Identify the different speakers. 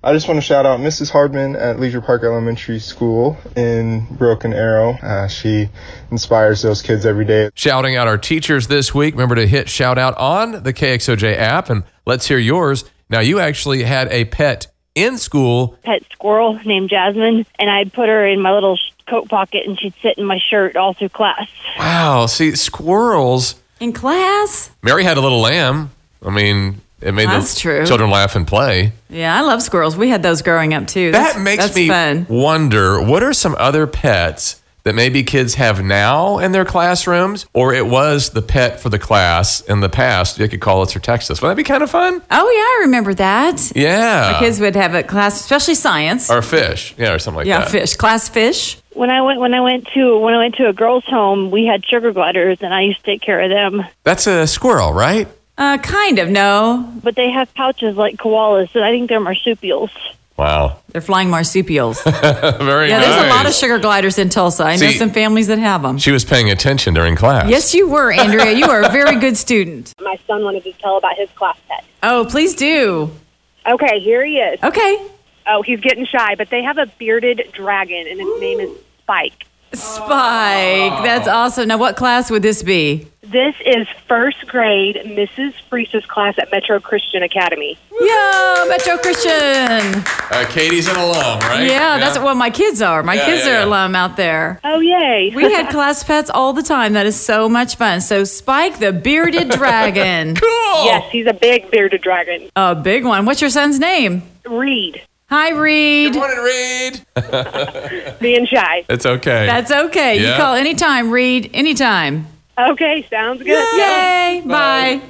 Speaker 1: I just want to shout out Mrs. Hardman at Leisure Park Elementary School in Broken Arrow. Uh, she inspires those kids every day.
Speaker 2: Shouting out our teachers this week. Remember to hit shout out on the KXOJ app and let's hear yours. Now, you actually had a pet in school.
Speaker 3: pet squirrel named Jasmine, and I'd put her in my little sh- coat pocket, and she'd sit in my shirt all through class.
Speaker 2: Wow. See, squirrels.
Speaker 4: In class?
Speaker 2: Mary had a little lamb. I mean, it made
Speaker 4: That's
Speaker 2: the
Speaker 4: true.
Speaker 2: children laugh and play.
Speaker 4: Yeah, I love squirrels. We had those growing up too.
Speaker 2: That
Speaker 4: that's,
Speaker 2: makes
Speaker 4: that's
Speaker 2: me
Speaker 4: fun.
Speaker 2: wonder what are some other pets that maybe kids have now in their classrooms, or it was the pet for the class in the past. You could call us or text us. Would that be kind of fun?
Speaker 4: Oh yeah, I remember that.
Speaker 2: Yeah.
Speaker 4: Kids would have a class, especially science.
Speaker 2: or fish. Yeah, or something like
Speaker 4: yeah,
Speaker 2: that.
Speaker 4: fish class fish.
Speaker 3: When I went when I went to when I went to a girls' home, we had sugar gliders, and I used to take care of them.
Speaker 2: That's a squirrel, right?
Speaker 4: Uh, kind of. No,
Speaker 3: But they have pouches like koalas, and I think they're marsupials.
Speaker 2: Wow.
Speaker 4: they're flying marsupials.
Speaker 2: Very
Speaker 4: yeah,
Speaker 2: nice.
Speaker 4: there's a lot of sugar gliders in Tulsa. I know
Speaker 2: See-
Speaker 4: some families that have them.
Speaker 2: She was paying attention during class.
Speaker 4: Yes, you were, Andrea. You are a very good student.
Speaker 5: my son wanted to tell about his class pet.
Speaker 4: Oh, please do.
Speaker 5: Okay, here he is.
Speaker 4: Okay.
Speaker 5: Oh, he's getting shy, but they have a bearded dragon, and his name is Spike.
Speaker 4: Spike. That's awesome. Now, what class would this be?
Speaker 5: This is first grade Mrs. Friese's class at Metro Christian Academy.
Speaker 4: Yeah, Metro Christian.
Speaker 2: Uh, Katie's in alum, right?
Speaker 4: Yeah, that's what my kids are. My
Speaker 2: Yeah,
Speaker 4: kids
Speaker 2: yeah,
Speaker 4: are
Speaker 2: yeah.
Speaker 4: alum out there.
Speaker 5: Oh, yay.
Speaker 4: We had class pets all the time. That is so much fun. So, Spike the bearded dragon,
Speaker 2: Cool.
Speaker 5: yes, he's a big bearded dragon.
Speaker 4: a big one. What's your son's name?
Speaker 5: Reed,
Speaker 4: Hi, Reed.
Speaker 2: Good morning, Reed.
Speaker 5: being shy.
Speaker 2: It's okay.
Speaker 4: That's okay.
Speaker 2: Yeah.
Speaker 4: You call anytime, Reed, anytime.
Speaker 5: Okay, sounds good.
Speaker 4: Yay. Bye.